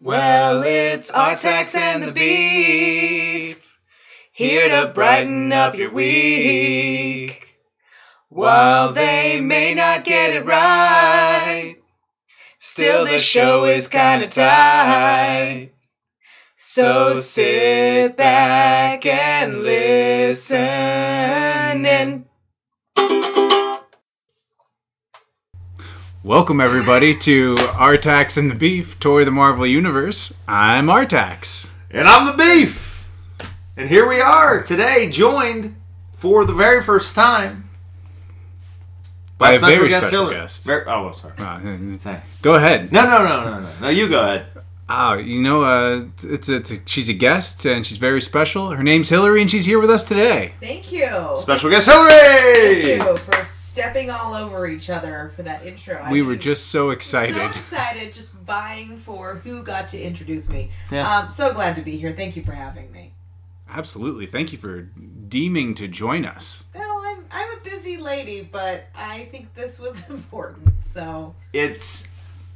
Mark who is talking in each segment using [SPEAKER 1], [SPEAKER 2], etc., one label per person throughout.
[SPEAKER 1] Well, it's Artax and the Beef, here to brighten up your week. While they may not get it right, still the show is kinda tight. So sit back and listen and
[SPEAKER 2] Welcome everybody to Artax and the Beef, Toy the Marvel Universe. I'm Artax.
[SPEAKER 3] And I'm the beef. And here we are today, joined for the very first time
[SPEAKER 2] By a
[SPEAKER 3] special
[SPEAKER 2] very special
[SPEAKER 3] Hillary.
[SPEAKER 2] guest.
[SPEAKER 3] Ver- oh, I'm sorry.
[SPEAKER 2] Uh,
[SPEAKER 3] Say.
[SPEAKER 2] Go ahead.
[SPEAKER 3] No, no, no, no, no, no. You go ahead.
[SPEAKER 2] Ah, you know, uh, it's, it's she's a guest and she's very special. Her name's Hillary, and she's here with us today.
[SPEAKER 4] Thank you.
[SPEAKER 3] Special guest
[SPEAKER 4] Thank
[SPEAKER 3] Hillary.
[SPEAKER 4] you for stepping all over each other for that intro. I
[SPEAKER 2] We were
[SPEAKER 4] didn't-
[SPEAKER 2] just so
[SPEAKER 4] so
[SPEAKER 2] excited.
[SPEAKER 4] excited, just vying for who got to introduce me.
[SPEAKER 3] Yeah.
[SPEAKER 4] Um, so glad to be here. Thank you for having me.
[SPEAKER 2] Absolutely. Thank you for deeming to join us.
[SPEAKER 4] Well, I'm I'm a busy lady, but I think this was important. So
[SPEAKER 3] It's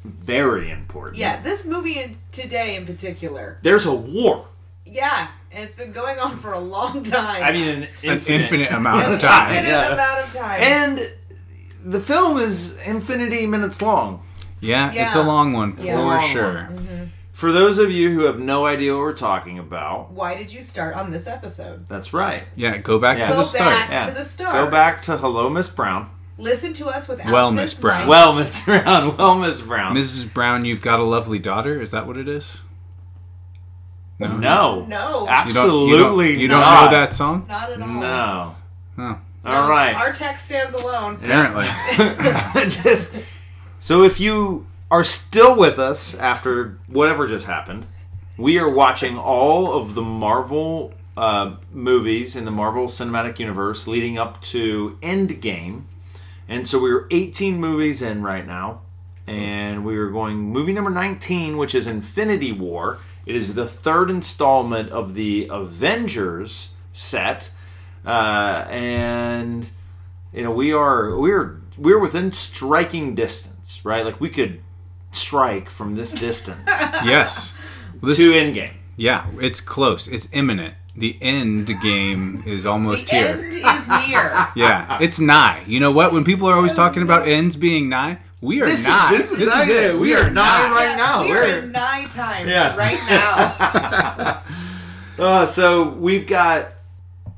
[SPEAKER 3] very important.
[SPEAKER 4] yeah, this movie in, today in particular,
[SPEAKER 3] There's a war.
[SPEAKER 4] yeah, and it's been going on for a long time.
[SPEAKER 3] I mean, an infinite.
[SPEAKER 2] An infinite amount of
[SPEAKER 4] It's
[SPEAKER 2] time.
[SPEAKER 4] been
[SPEAKER 3] yeah.
[SPEAKER 4] an amount of time.
[SPEAKER 3] And the film is infinity minutes long.
[SPEAKER 2] Yeah, it's a
[SPEAKER 4] Yeah.
[SPEAKER 2] long one
[SPEAKER 4] Yeah. Mm-hmm.
[SPEAKER 2] for
[SPEAKER 3] Long
[SPEAKER 2] sure.
[SPEAKER 3] For those of you who have no idea what we're talking about,
[SPEAKER 4] Why did you start on this episode?
[SPEAKER 3] that's right.
[SPEAKER 2] Yeah, go back
[SPEAKER 3] Yeah.
[SPEAKER 2] to
[SPEAKER 4] Go
[SPEAKER 2] the
[SPEAKER 4] back
[SPEAKER 2] start.
[SPEAKER 4] to the start.
[SPEAKER 3] Go back to Hello, Miss Brown.
[SPEAKER 4] Listen to us without
[SPEAKER 2] Well,
[SPEAKER 4] this
[SPEAKER 2] Miss Brown.
[SPEAKER 4] mic.
[SPEAKER 3] Well, Miss Brown. Well, Miss Brown.
[SPEAKER 2] Mrs. Brown, you've got a lovely daughter. Is that what it is?
[SPEAKER 3] No.
[SPEAKER 4] No.
[SPEAKER 2] You don't- you
[SPEAKER 3] Absolutely
[SPEAKER 2] don't- You don't
[SPEAKER 3] not.
[SPEAKER 2] know that song?
[SPEAKER 4] Not at all.
[SPEAKER 3] No.
[SPEAKER 2] Huh.
[SPEAKER 3] All
[SPEAKER 4] No,
[SPEAKER 3] right.
[SPEAKER 4] Our tech stands alone.
[SPEAKER 2] Apparently.
[SPEAKER 3] just so if you are still with us after whatever just happened, we are watching all of the Marvel uh, movies in the Marvel Cinematic Universe leading up to Endgame, and so we're 18 movies in right now, and we are going movie number 19, which is Infinity War. It is the third installment of the Avengers set, uh, and you know we are we're we're within striking distance right like we could strike from this distance
[SPEAKER 2] yes. This,
[SPEAKER 3] to endgame
[SPEAKER 2] yeah, it's close. It's imminent. The end game is almost
[SPEAKER 4] the
[SPEAKER 2] here.
[SPEAKER 4] end is near.
[SPEAKER 2] Yeah, it's nigh. You know what? When people are always talking about ends being nigh, we are
[SPEAKER 3] This is-
[SPEAKER 2] nigh.
[SPEAKER 3] this is nigh. We are nigh right- now,
[SPEAKER 4] We're,
[SPEAKER 3] we're-
[SPEAKER 4] in nine times
[SPEAKER 3] Yeah.
[SPEAKER 4] right now.
[SPEAKER 3] uh, so we've got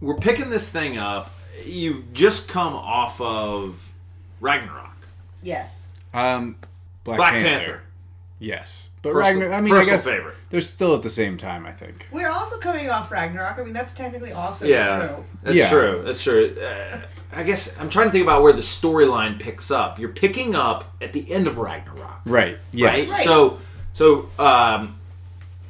[SPEAKER 3] we're picking this thing up you've just come off of ragnarok
[SPEAKER 4] yes.
[SPEAKER 2] Um, Black,
[SPEAKER 3] black
[SPEAKER 2] Panther.
[SPEAKER 3] panther,
[SPEAKER 2] Yes, but
[SPEAKER 3] Personal-
[SPEAKER 2] Ragnar. I mean, I
[SPEAKER 3] personal
[SPEAKER 2] guess
[SPEAKER 3] favorite.
[SPEAKER 2] they're still at the same time. I think.
[SPEAKER 4] We're also coming off Ragnarok. I mean, that's technically also
[SPEAKER 3] yeah
[SPEAKER 4] true.
[SPEAKER 3] that's
[SPEAKER 2] Yeah.
[SPEAKER 3] true that's true uh, i guess i'm trying to think about where the storyline picks up you're picking up at the end of ragnarok
[SPEAKER 2] Right. Yes.
[SPEAKER 3] right? So, so um,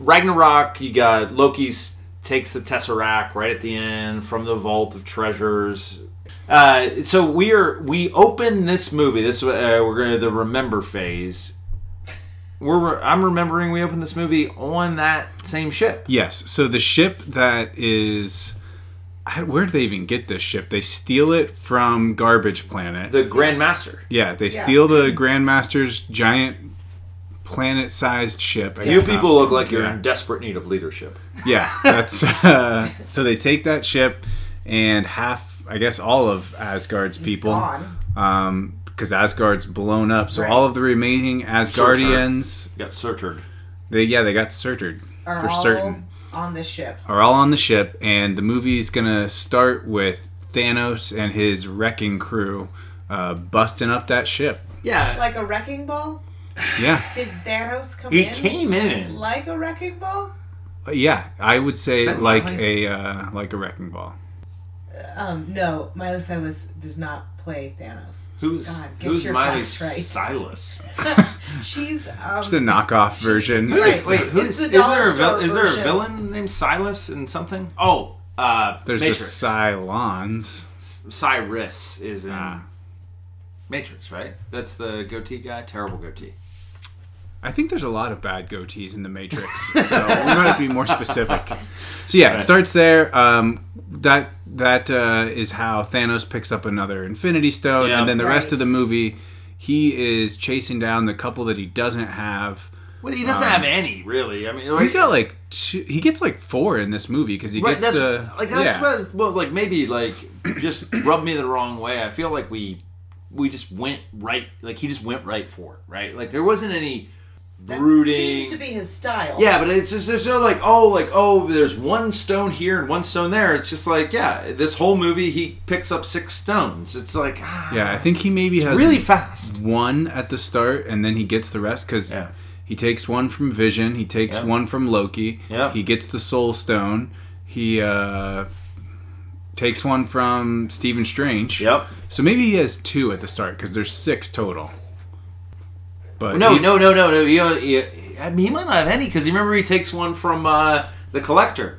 [SPEAKER 3] Ragnarok, you got Loki's takes the Tesseract right at the end from the Vault of Treasures. Uh, so we are we open this movie. This uh, we're going to the remember phase. We're I'm remembering we opened this movie on that same ship.
[SPEAKER 2] Yes. So the ship that is. I- Where do they even get this ship? They steal it from Garbage Planet.
[SPEAKER 3] The Grand Master.
[SPEAKER 2] yeah, they steal the Grand Master's giant planet-sized ship. I
[SPEAKER 3] You
[SPEAKER 2] guess not-
[SPEAKER 3] people look like you're
[SPEAKER 2] Yeah.
[SPEAKER 3] in desperate need of leadership.
[SPEAKER 2] Yeah, that's uh, so they take that ship and half, I guess, all of Asgard's people,
[SPEAKER 4] Gone.
[SPEAKER 2] um, because Asgard's blown up. So
[SPEAKER 4] Right.
[SPEAKER 2] all of the remaining Asgardians,
[SPEAKER 3] You got surtured.
[SPEAKER 2] they yeah, they got surtured
[SPEAKER 4] Are
[SPEAKER 2] for
[SPEAKER 4] all
[SPEAKER 2] certain,
[SPEAKER 4] on this ship.
[SPEAKER 2] are all on the ship, and the movie's gonna start with Thanos and his wrecking crew uh, busting up that ship.
[SPEAKER 3] Yeah,
[SPEAKER 4] Like a wrecking ball?
[SPEAKER 2] Yeah,
[SPEAKER 4] Did Thanos come
[SPEAKER 3] he
[SPEAKER 4] in?
[SPEAKER 3] came in.
[SPEAKER 4] Like a wrecking ball?
[SPEAKER 2] yeah, I would say
[SPEAKER 3] that
[SPEAKER 2] like
[SPEAKER 3] Miley?
[SPEAKER 2] a uh, like a wrecking ball.
[SPEAKER 4] Um, no, Miley Cyrus does not play Thanos.
[SPEAKER 3] Who's
[SPEAKER 4] God, get
[SPEAKER 3] who's
[SPEAKER 4] your
[SPEAKER 3] Miley
[SPEAKER 4] facts right.
[SPEAKER 3] Silas?
[SPEAKER 4] She's um
[SPEAKER 2] It's a knockoff version.
[SPEAKER 3] Wait, wait,
[SPEAKER 4] It's
[SPEAKER 3] who's
[SPEAKER 4] the
[SPEAKER 3] is there
[SPEAKER 4] dollar
[SPEAKER 3] a vil-
[SPEAKER 4] store
[SPEAKER 3] is there a
[SPEAKER 4] version.
[SPEAKER 3] villain named Silas in something? Oh, uh,
[SPEAKER 2] There's the
[SPEAKER 3] Matrix.
[SPEAKER 2] Cylons.
[SPEAKER 3] Cyrus is in
[SPEAKER 2] Ah.
[SPEAKER 3] Matrix, right? That's the goatee guy. Terrible goatee.
[SPEAKER 2] I think there's a lot of bad goatees in the Matrix, so we might be more specific. So yeah, it starts there. Um, that that uh, is how Thanos picks up another Infinity Stone,
[SPEAKER 3] Yeah.
[SPEAKER 2] and then the rest
[SPEAKER 4] Right.
[SPEAKER 2] of the movie, he is chasing down the couple that he doesn't have.
[SPEAKER 3] Well, he doesn't have any really. I mean,
[SPEAKER 2] Um, He's got like two, he gets like four in this movie because he
[SPEAKER 3] right,
[SPEAKER 2] gets
[SPEAKER 3] that's
[SPEAKER 2] the
[SPEAKER 3] like that's
[SPEAKER 2] yeah.
[SPEAKER 3] what well like maybe like just rub me the wrong way. I feel like we we just went right like he just went right for it, right? Like there wasn't any
[SPEAKER 4] That
[SPEAKER 3] brooding.
[SPEAKER 4] seems to be his style.
[SPEAKER 3] yeah, but it's just there's no like oh like oh there's one stone here and one stone there. It's just like yeah, this whole movie he picks up six stones. It's like ah,
[SPEAKER 2] yeah. I think he maybe has
[SPEAKER 3] really fast.
[SPEAKER 2] one at the start and then he gets the rest because
[SPEAKER 3] Yeah.
[SPEAKER 2] he takes one from Vision, he takes
[SPEAKER 3] Yeah.
[SPEAKER 2] one from Loki,
[SPEAKER 3] Yeah.
[SPEAKER 2] he gets the Soul Stone, he uh, takes one from Stephen Strange.
[SPEAKER 3] Yep.
[SPEAKER 2] So maybe he has two at the start because there's six total. But
[SPEAKER 3] No,
[SPEAKER 2] he-
[SPEAKER 3] no, no, no, no. You, you, I mean, he might not have any because remember he takes one from uh, the collector.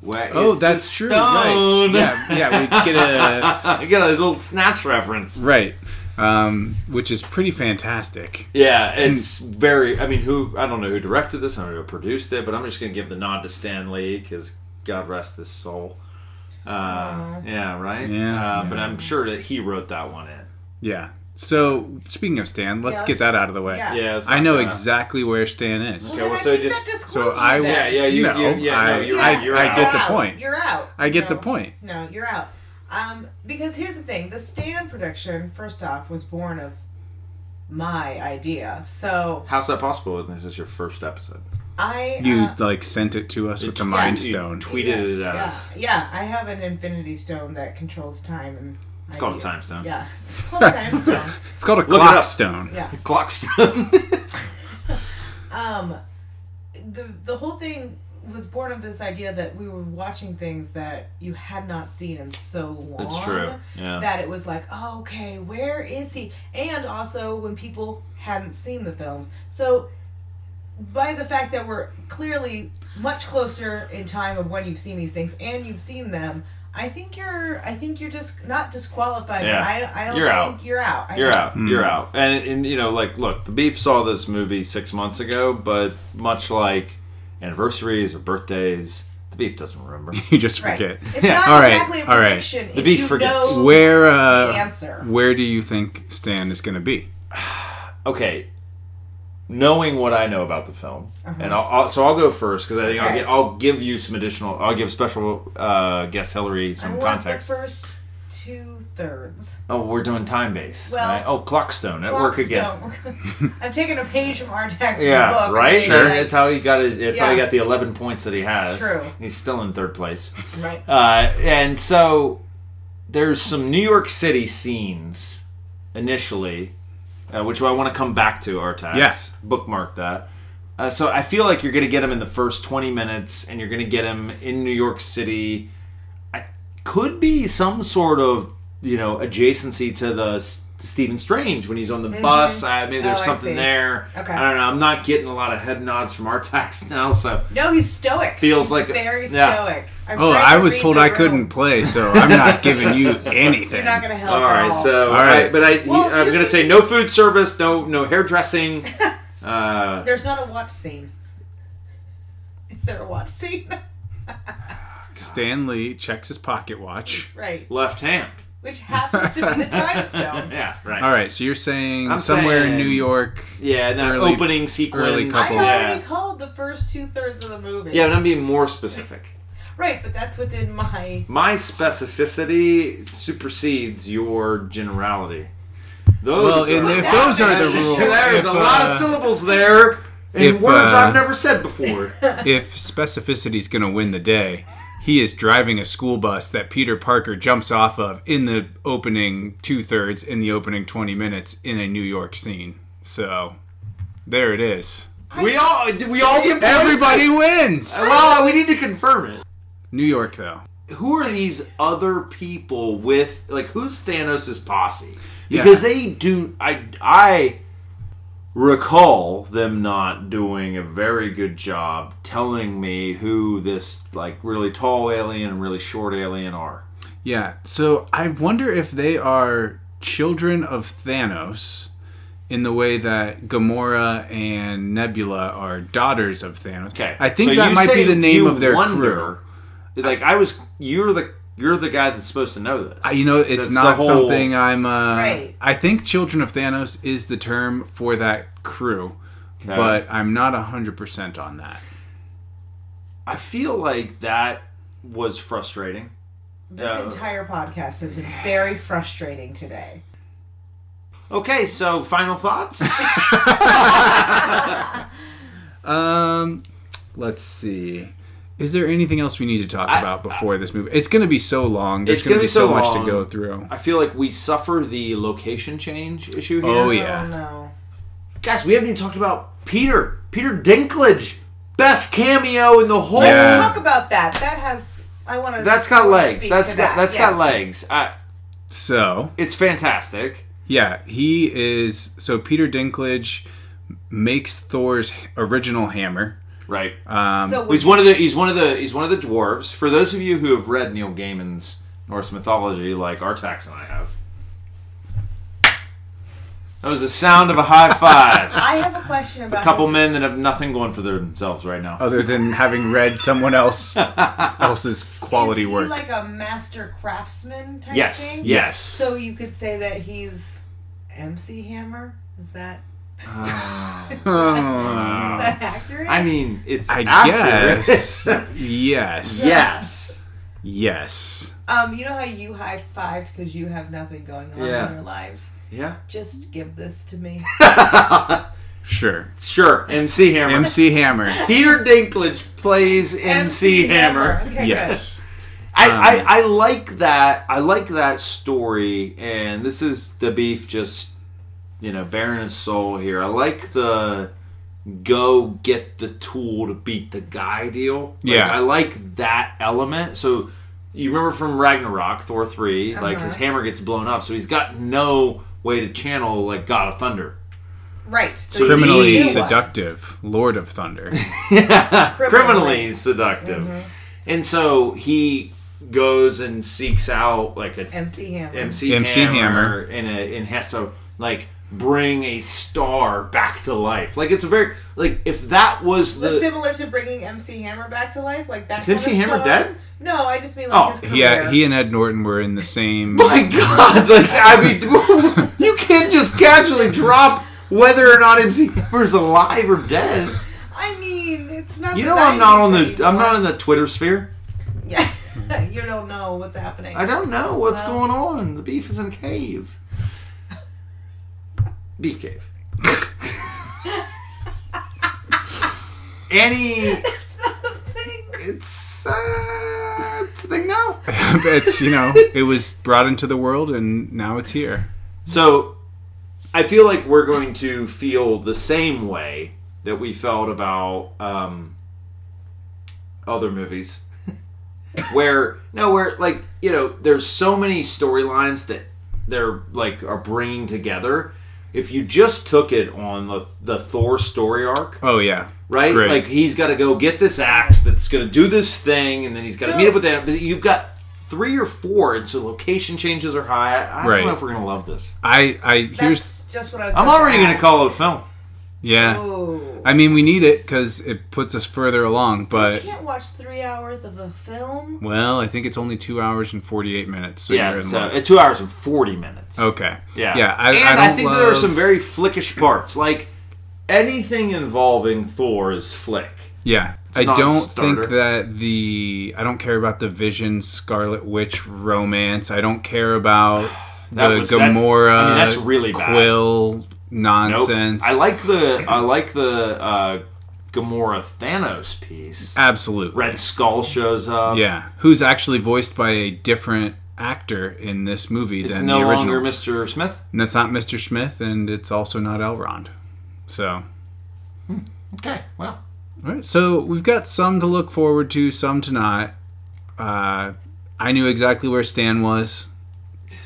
[SPEAKER 3] Where
[SPEAKER 2] Oh,
[SPEAKER 3] is the
[SPEAKER 2] that's true. Right.
[SPEAKER 3] stone?
[SPEAKER 2] Yeah, yeah. We get a
[SPEAKER 3] I got a little snatch reference.
[SPEAKER 2] right, um, which is pretty fantastic.
[SPEAKER 3] Yeah, it's very. I mean, who? I don't know who directed this. I don't know who produced it, but I'm just gonna give the nod to Stan Lee because God rest his soul. Uh, yeah, right.
[SPEAKER 2] Yeah,
[SPEAKER 3] uh, But
[SPEAKER 2] yeah.
[SPEAKER 3] I'm sure that he wrote that one in.
[SPEAKER 2] Yeah. So speaking of Stan, let's
[SPEAKER 4] Yeah,
[SPEAKER 2] get that out of the way.
[SPEAKER 4] yeah.
[SPEAKER 3] Yeah, it's
[SPEAKER 2] I know
[SPEAKER 3] not, uh,
[SPEAKER 2] exactly where Stan is.
[SPEAKER 4] Well,
[SPEAKER 3] Okay,
[SPEAKER 4] then
[SPEAKER 3] well,
[SPEAKER 4] I
[SPEAKER 3] so
[SPEAKER 4] think
[SPEAKER 3] just-
[SPEAKER 4] that discloses
[SPEAKER 2] so I-
[SPEAKER 4] that.
[SPEAKER 3] Yeah, yeah, you,
[SPEAKER 2] No,
[SPEAKER 3] you, yeah, no,
[SPEAKER 2] I-
[SPEAKER 3] you're
[SPEAKER 2] I-
[SPEAKER 3] out, you're
[SPEAKER 2] I
[SPEAKER 3] out.
[SPEAKER 2] get the
[SPEAKER 4] You're out.
[SPEAKER 2] point.
[SPEAKER 4] You're out.
[SPEAKER 2] I get the
[SPEAKER 4] No.
[SPEAKER 2] point.
[SPEAKER 4] No, you're out. Um, because here's the thing: the stand production, first off, was born of my idea. So
[SPEAKER 3] How's that possible? When this is your first episode.
[SPEAKER 4] I
[SPEAKER 2] You
[SPEAKER 4] uh,
[SPEAKER 2] like sent it to us with the Mind Stone.
[SPEAKER 3] You tweeted
[SPEAKER 4] yeah,
[SPEAKER 3] it at
[SPEAKER 4] yeah,
[SPEAKER 3] us.
[SPEAKER 4] Yeah, I have an infinity stone that controls time and.
[SPEAKER 3] It's called a time stone.
[SPEAKER 4] Yeah, it's called a time stone.
[SPEAKER 2] It's called a
[SPEAKER 3] it
[SPEAKER 2] clock
[SPEAKER 3] up.
[SPEAKER 2] stone.
[SPEAKER 4] Yeah.
[SPEAKER 3] Clock stone.
[SPEAKER 4] um the the whole thing was born of this idea that we were watching things that you had not seen in so long.
[SPEAKER 3] That's true, yeah.
[SPEAKER 4] That it was like, oh, okay, where is he? And also when people hadn't seen the films. So by the fact that we're clearly much closer in time of when you've seen these things and you've seen them, I think you're I think you're just not disqualified.
[SPEAKER 3] Yeah.
[SPEAKER 4] But I, I don't
[SPEAKER 3] You're
[SPEAKER 4] think
[SPEAKER 3] out.
[SPEAKER 4] you're out. I
[SPEAKER 3] You're
[SPEAKER 4] don't-
[SPEAKER 3] out.
[SPEAKER 2] Mm.
[SPEAKER 3] You're out. And, and you know, like, look, the Beef saw this movie six months ago, but much like anniversaries or birthdays, the Beef doesn't remember.
[SPEAKER 2] You just
[SPEAKER 4] Right.
[SPEAKER 2] forget.
[SPEAKER 4] It's
[SPEAKER 3] Yeah.
[SPEAKER 4] not
[SPEAKER 2] All right.
[SPEAKER 4] exactly a
[SPEAKER 2] All right.
[SPEAKER 4] prediction.
[SPEAKER 3] The
[SPEAKER 4] if
[SPEAKER 3] beef
[SPEAKER 4] you
[SPEAKER 3] forgets.
[SPEAKER 4] know-
[SPEAKER 2] Where uh,
[SPEAKER 4] The answer.
[SPEAKER 2] Where do you think Stan is going to be?
[SPEAKER 3] okay, knowing what I know about the film, and I'll, I'll, so I'll go first because I think I'll,
[SPEAKER 4] Uh-huh. Okay.
[SPEAKER 3] get, I'll give you some additional. I'll give special uh, guest Hillary some
[SPEAKER 4] I want
[SPEAKER 3] context.
[SPEAKER 4] the first two thirds.
[SPEAKER 3] oh, we're doing time based.
[SPEAKER 4] Well-
[SPEAKER 3] right? Oh, Clockstone at work again.
[SPEAKER 4] I'm taking a page from our text.
[SPEAKER 3] Yeah,
[SPEAKER 4] book
[SPEAKER 3] right.
[SPEAKER 4] and being
[SPEAKER 3] It's how he got it. It's how he
[SPEAKER 4] Yeah.
[SPEAKER 3] got the eleven points that he has.
[SPEAKER 4] true.
[SPEAKER 3] He's still in third place.
[SPEAKER 4] like, right.
[SPEAKER 3] Uh, and so there's some New York City scenes initially, uh, which I want to come back to. Artax,
[SPEAKER 2] Yes.
[SPEAKER 3] bookmark that. Uh, so I feel like you're going to get him in the first 20 minutes, and you're going to get him in New York City. I could be some sort of you know adjacency to the S- Stephen Strange when he's on the bus. I mean, there's
[SPEAKER 4] Mm-hmm. Oh, I
[SPEAKER 3] something
[SPEAKER 4] see.
[SPEAKER 3] there.
[SPEAKER 4] Okay.
[SPEAKER 3] I don't know. I'm not getting a lot of head nods from Artax now, so
[SPEAKER 4] No, he's stoic.
[SPEAKER 3] Feels
[SPEAKER 4] He's
[SPEAKER 3] like-
[SPEAKER 4] very
[SPEAKER 3] yeah.
[SPEAKER 4] stoic. I'm
[SPEAKER 2] Oh,
[SPEAKER 4] trying
[SPEAKER 2] I
[SPEAKER 4] to
[SPEAKER 2] was
[SPEAKER 4] read
[SPEAKER 2] told
[SPEAKER 4] the
[SPEAKER 2] I
[SPEAKER 4] room.
[SPEAKER 2] couldn't play, so I'm not giving you anything.
[SPEAKER 4] You're not gonna help.
[SPEAKER 3] All
[SPEAKER 4] at
[SPEAKER 3] right,
[SPEAKER 4] all.
[SPEAKER 3] so all
[SPEAKER 2] All
[SPEAKER 3] right,
[SPEAKER 2] right.
[SPEAKER 3] but I
[SPEAKER 4] Well,
[SPEAKER 3] I'm
[SPEAKER 4] you
[SPEAKER 3] gonna
[SPEAKER 4] can-
[SPEAKER 3] say no food service, no no hair dressing. Uh,
[SPEAKER 4] there's not a watch scene. Is there a watch scene?
[SPEAKER 2] Stan Lee checks his pocket watch.
[SPEAKER 4] right,
[SPEAKER 3] left hand.
[SPEAKER 4] which happens to be the time stone.
[SPEAKER 3] Yeah, right.
[SPEAKER 2] All right, so you're saying
[SPEAKER 3] I'm
[SPEAKER 2] somewhere
[SPEAKER 3] saying-
[SPEAKER 2] in New York.
[SPEAKER 3] Yeah, and that
[SPEAKER 2] Early-
[SPEAKER 3] opening sequence.
[SPEAKER 2] early couple.
[SPEAKER 4] I already
[SPEAKER 3] Yeah.
[SPEAKER 4] called the first two thirds of the movie.
[SPEAKER 3] yeah, and I'm being more specific.
[SPEAKER 4] Right, but that's within my.
[SPEAKER 3] My specificity supersedes your generality. Those
[SPEAKER 2] Well,
[SPEAKER 3] are-
[SPEAKER 2] and if
[SPEAKER 4] that
[SPEAKER 2] those are the
[SPEAKER 4] is-
[SPEAKER 2] rules,
[SPEAKER 3] There's
[SPEAKER 2] if,
[SPEAKER 3] a lot
[SPEAKER 2] uh,
[SPEAKER 3] of syllables there. And
[SPEAKER 2] if,
[SPEAKER 3] words
[SPEAKER 2] uh,
[SPEAKER 3] I've never said before.
[SPEAKER 2] if specificity's going to win the day, he is driving a school bus that Peter Parker jumps off of in the opening two thirds, in the opening 20 minutes in a New York scene. So there it is.
[SPEAKER 3] we all did we all get points?
[SPEAKER 2] Everybody wins!
[SPEAKER 3] Well, we need to confirm it.
[SPEAKER 2] New York, though.
[SPEAKER 3] who are these other people with like who's Thanos' posse?
[SPEAKER 2] Yeah.
[SPEAKER 3] Because they do I I recall them not doing a very good job telling me who this like really tall alien and really short alien are.
[SPEAKER 2] Yeah, so I wonder if they are children of Thanos in the way that Gamora and Nebula are daughters of Thanos.
[SPEAKER 3] Okay.
[SPEAKER 2] I think
[SPEAKER 3] So
[SPEAKER 2] that
[SPEAKER 3] you
[SPEAKER 2] might
[SPEAKER 3] say
[SPEAKER 2] be the name
[SPEAKER 3] you
[SPEAKER 2] of their crew.
[SPEAKER 3] wonder- Like I was you're the you're the guy that's supposed to know this.
[SPEAKER 2] I- You know, it's
[SPEAKER 3] That's the
[SPEAKER 2] not
[SPEAKER 3] whole-
[SPEAKER 2] something I'm. Uh,
[SPEAKER 4] Right.
[SPEAKER 2] I think Children of Thanos is the term for that crew.
[SPEAKER 3] Okay.
[SPEAKER 2] but I'm not 100% on that.
[SPEAKER 3] I feel like that was frustrating.
[SPEAKER 4] This
[SPEAKER 3] Yeah.
[SPEAKER 4] entire podcast has been very frustrating today.
[SPEAKER 3] Okay, so final thoughts.
[SPEAKER 2] Um, let's see. Is there anything else we need to talk
[SPEAKER 3] I-
[SPEAKER 2] about before this movie? It's going to be so long. There's
[SPEAKER 3] It's
[SPEAKER 2] going to be
[SPEAKER 3] gonna be
[SPEAKER 2] so,
[SPEAKER 3] so
[SPEAKER 2] much to
[SPEAKER 3] long.
[SPEAKER 2] go through.
[SPEAKER 3] I feel like we suffer the location change issue here.
[SPEAKER 2] Oh,
[SPEAKER 4] Oh
[SPEAKER 2] yeah.
[SPEAKER 4] no.
[SPEAKER 3] guys, we haven't even talked about Peter. Peter Dinklage, best cameo in the whole.
[SPEAKER 2] Yeah.
[SPEAKER 4] Let's talk about that. That has. I want to.
[SPEAKER 3] Uh, That's got legs. That's got that's got legs. I,
[SPEAKER 2] So,
[SPEAKER 3] it's fantastic.
[SPEAKER 2] yeah, he is. So, Peter Dinklage makes Thor's h- original hammer.
[SPEAKER 3] Right. Uh,
[SPEAKER 2] Um,
[SPEAKER 4] so
[SPEAKER 3] he's one of the he's one of the he's one of the dwarves. For those of you who have read Neil Gaiman's Norse mythology, like Artax and I have. That was the sound of a high five.
[SPEAKER 4] I have a question about
[SPEAKER 3] a couple
[SPEAKER 4] his-
[SPEAKER 3] men that have nothing going for themselves right now.
[SPEAKER 2] other than having read someone else else's quality
[SPEAKER 4] is he
[SPEAKER 2] work.
[SPEAKER 4] Like a master craftsman type
[SPEAKER 3] Yes,
[SPEAKER 4] thing.
[SPEAKER 3] yes.
[SPEAKER 4] So you could say that he's MC Hammer. Is that
[SPEAKER 3] Uh,
[SPEAKER 4] is
[SPEAKER 2] Oh.
[SPEAKER 4] that accurate?
[SPEAKER 3] I mean, it's
[SPEAKER 2] I
[SPEAKER 3] accurate.
[SPEAKER 2] guess. yes.
[SPEAKER 3] yes.
[SPEAKER 2] Yes.
[SPEAKER 4] um, you know how you high fived because you have nothing going on
[SPEAKER 3] Yeah.
[SPEAKER 4] in your lives.
[SPEAKER 3] Yeah.
[SPEAKER 4] Just give this to me.
[SPEAKER 2] Sure.
[SPEAKER 3] Sure. MC Hammer.
[SPEAKER 2] MC Hammer.
[SPEAKER 3] Peter Dinklage plays MC Hammer.
[SPEAKER 4] Okay,
[SPEAKER 2] Yes.
[SPEAKER 3] I,
[SPEAKER 2] Um,
[SPEAKER 3] I, I like that. I like that story, and this is the beef just, you know, bearing his soul here. I like the go get the tool to beat the guy deal. Like,
[SPEAKER 2] Yeah.
[SPEAKER 3] I like that element. So you remember from Ragnarok, Thor 3 like his
[SPEAKER 4] Uh-huh.
[SPEAKER 3] hammer gets blown up, so he's got no way to channel like God of Thunder.
[SPEAKER 4] good. Right. So
[SPEAKER 3] So
[SPEAKER 4] you
[SPEAKER 2] Criminally
[SPEAKER 4] need-
[SPEAKER 3] Jeez.
[SPEAKER 2] seductive, Lord of Thunder. uh,
[SPEAKER 3] criminally,
[SPEAKER 4] Criminally.
[SPEAKER 3] seductive, and so he goes and seeks out like a
[SPEAKER 4] MC Hammer.
[SPEAKER 3] MC,
[SPEAKER 2] MC
[SPEAKER 3] Hammer, and a, and has to like bring a star back to life. Like it's a very like if that was the
[SPEAKER 4] Was similar to bringing MC Hammer back to life, like that.
[SPEAKER 3] Is MC Hammer dead?
[SPEAKER 4] No, I just mean like
[SPEAKER 3] Oh,
[SPEAKER 4] his career.
[SPEAKER 2] yeah, he and Ed Norton were in the same.
[SPEAKER 3] my god, like I mean, you can't just casually drop whether or not MC Hammer's alive or dead.
[SPEAKER 4] I mean, it's not.
[SPEAKER 3] You
[SPEAKER 4] the
[SPEAKER 3] know I'm not on
[SPEAKER 4] 90s
[SPEAKER 3] the I'm not in
[SPEAKER 4] anymore.
[SPEAKER 3] the Twitter sphere.
[SPEAKER 4] Yeah, you don't know what's happening.
[SPEAKER 3] I don't know what's
[SPEAKER 4] Well.
[SPEAKER 3] going on. The beef is in a cave. Beef cave. Annie
[SPEAKER 4] It's not a thing.
[SPEAKER 3] It's uh, it's a thing now.
[SPEAKER 2] it's you know, it was brought into the world and now it's here.
[SPEAKER 3] So, I feel like we're going to feel the same way that we felt about um, other movies, where no, where like you know, there's so many storylines that they're like are bringing together. If you just took it on the the Thor story arc,
[SPEAKER 2] Oh yeah,
[SPEAKER 3] right?
[SPEAKER 2] Great.
[SPEAKER 3] Like he's got to go get this axe that's going to do this thing, and then he's got to
[SPEAKER 4] So-
[SPEAKER 3] meet up with that. But you've got three or four, and so location changes are high. I, I
[SPEAKER 2] Right.
[SPEAKER 3] don't know if we're going to love this.
[SPEAKER 2] I I here's
[SPEAKER 4] That's just what I was.
[SPEAKER 3] I'm
[SPEAKER 4] about
[SPEAKER 3] already going
[SPEAKER 4] ask.
[SPEAKER 3] to call it a film.
[SPEAKER 2] yeah.
[SPEAKER 4] Oh.
[SPEAKER 2] I mean, we need it because it puts us further along.
[SPEAKER 4] You
[SPEAKER 2] But
[SPEAKER 4] can't watch three hours of a film.
[SPEAKER 2] well, I think it's only two hours and forty-eight minutes. So you're
[SPEAKER 3] Yeah,
[SPEAKER 2] in
[SPEAKER 3] so
[SPEAKER 2] luck.
[SPEAKER 3] it's two hours and forty minutes.
[SPEAKER 2] Okay.
[SPEAKER 3] Yeah,
[SPEAKER 2] Yeah. I,
[SPEAKER 3] and
[SPEAKER 2] I,
[SPEAKER 3] I,
[SPEAKER 2] don't
[SPEAKER 3] think
[SPEAKER 2] love...
[SPEAKER 3] there are some very flickish parts, like anything involving Thor is flick.
[SPEAKER 2] Yeah,
[SPEAKER 3] a
[SPEAKER 2] I don't
[SPEAKER 3] non-starter.
[SPEAKER 2] think that the I don't care about the Vision Scarlet Witch romance. I don't care about
[SPEAKER 3] That
[SPEAKER 2] the
[SPEAKER 3] was- that's-
[SPEAKER 2] Gamora.
[SPEAKER 3] I mean, that's really bad.
[SPEAKER 2] Quill
[SPEAKER 3] Nope.
[SPEAKER 2] nonsense.
[SPEAKER 3] I like the I like the uh, Gamora Thanos piece.
[SPEAKER 2] absolutely
[SPEAKER 3] Red Skull shows up.
[SPEAKER 2] Ah. Yeah, who's actually voiced by a different actor in this movie
[SPEAKER 3] it's
[SPEAKER 2] than
[SPEAKER 3] no
[SPEAKER 2] the original.
[SPEAKER 3] longer Mr. Smith.
[SPEAKER 2] and it's not Mr. Smith, and it's also not Elrond. So.
[SPEAKER 3] Okay, well.
[SPEAKER 2] All right, so we've got some to look forward to, some to not. Uh, I knew exactly where Stan was.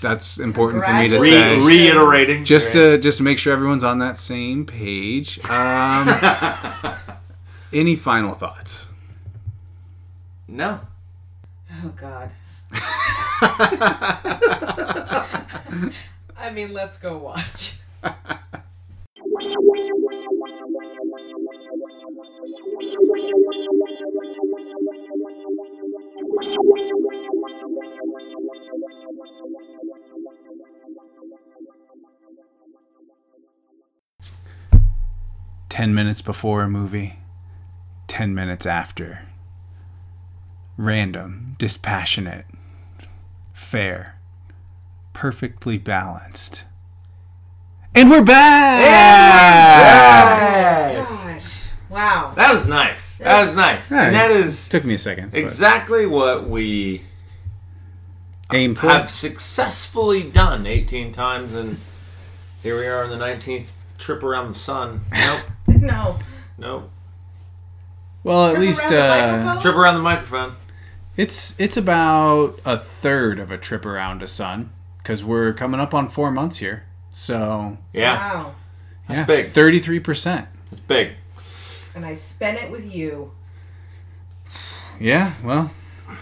[SPEAKER 2] That's important for me to
[SPEAKER 3] Re-
[SPEAKER 2] say.
[SPEAKER 4] Congratulations.
[SPEAKER 3] reiterating.
[SPEAKER 2] just to just to make sure everyone's on that same page. Um, any final thoughts?
[SPEAKER 3] No.
[SPEAKER 4] Oh God. I mean, let's go watch.
[SPEAKER 2] 10 minutes before a movie, 10 minutes after. Random, dispassionate, fair, perfectly balanced. And we're back!
[SPEAKER 4] Gosh. Wow.
[SPEAKER 3] That was nice. That was nice.
[SPEAKER 2] Yeah.
[SPEAKER 3] And that is
[SPEAKER 2] Took me a second. but
[SPEAKER 3] exactly what we
[SPEAKER 2] Aim for.
[SPEAKER 3] have successfully done 18 times, and here we are on the 19th trip around the sun. Nope.
[SPEAKER 4] No.
[SPEAKER 3] nope.
[SPEAKER 2] Well, at
[SPEAKER 4] Trip
[SPEAKER 2] least
[SPEAKER 4] around the
[SPEAKER 2] uh,
[SPEAKER 4] microphone?
[SPEAKER 3] Trip around the microphone.
[SPEAKER 2] it's it's about a third of a trip around a sun because we're coming up on four months here. So
[SPEAKER 3] Yeah.
[SPEAKER 4] Wow.
[SPEAKER 2] that's
[SPEAKER 3] big.
[SPEAKER 2] Thirty-three percent.
[SPEAKER 3] It's big.
[SPEAKER 4] And I spent it with you.
[SPEAKER 2] Yeah. Well,
[SPEAKER 3] have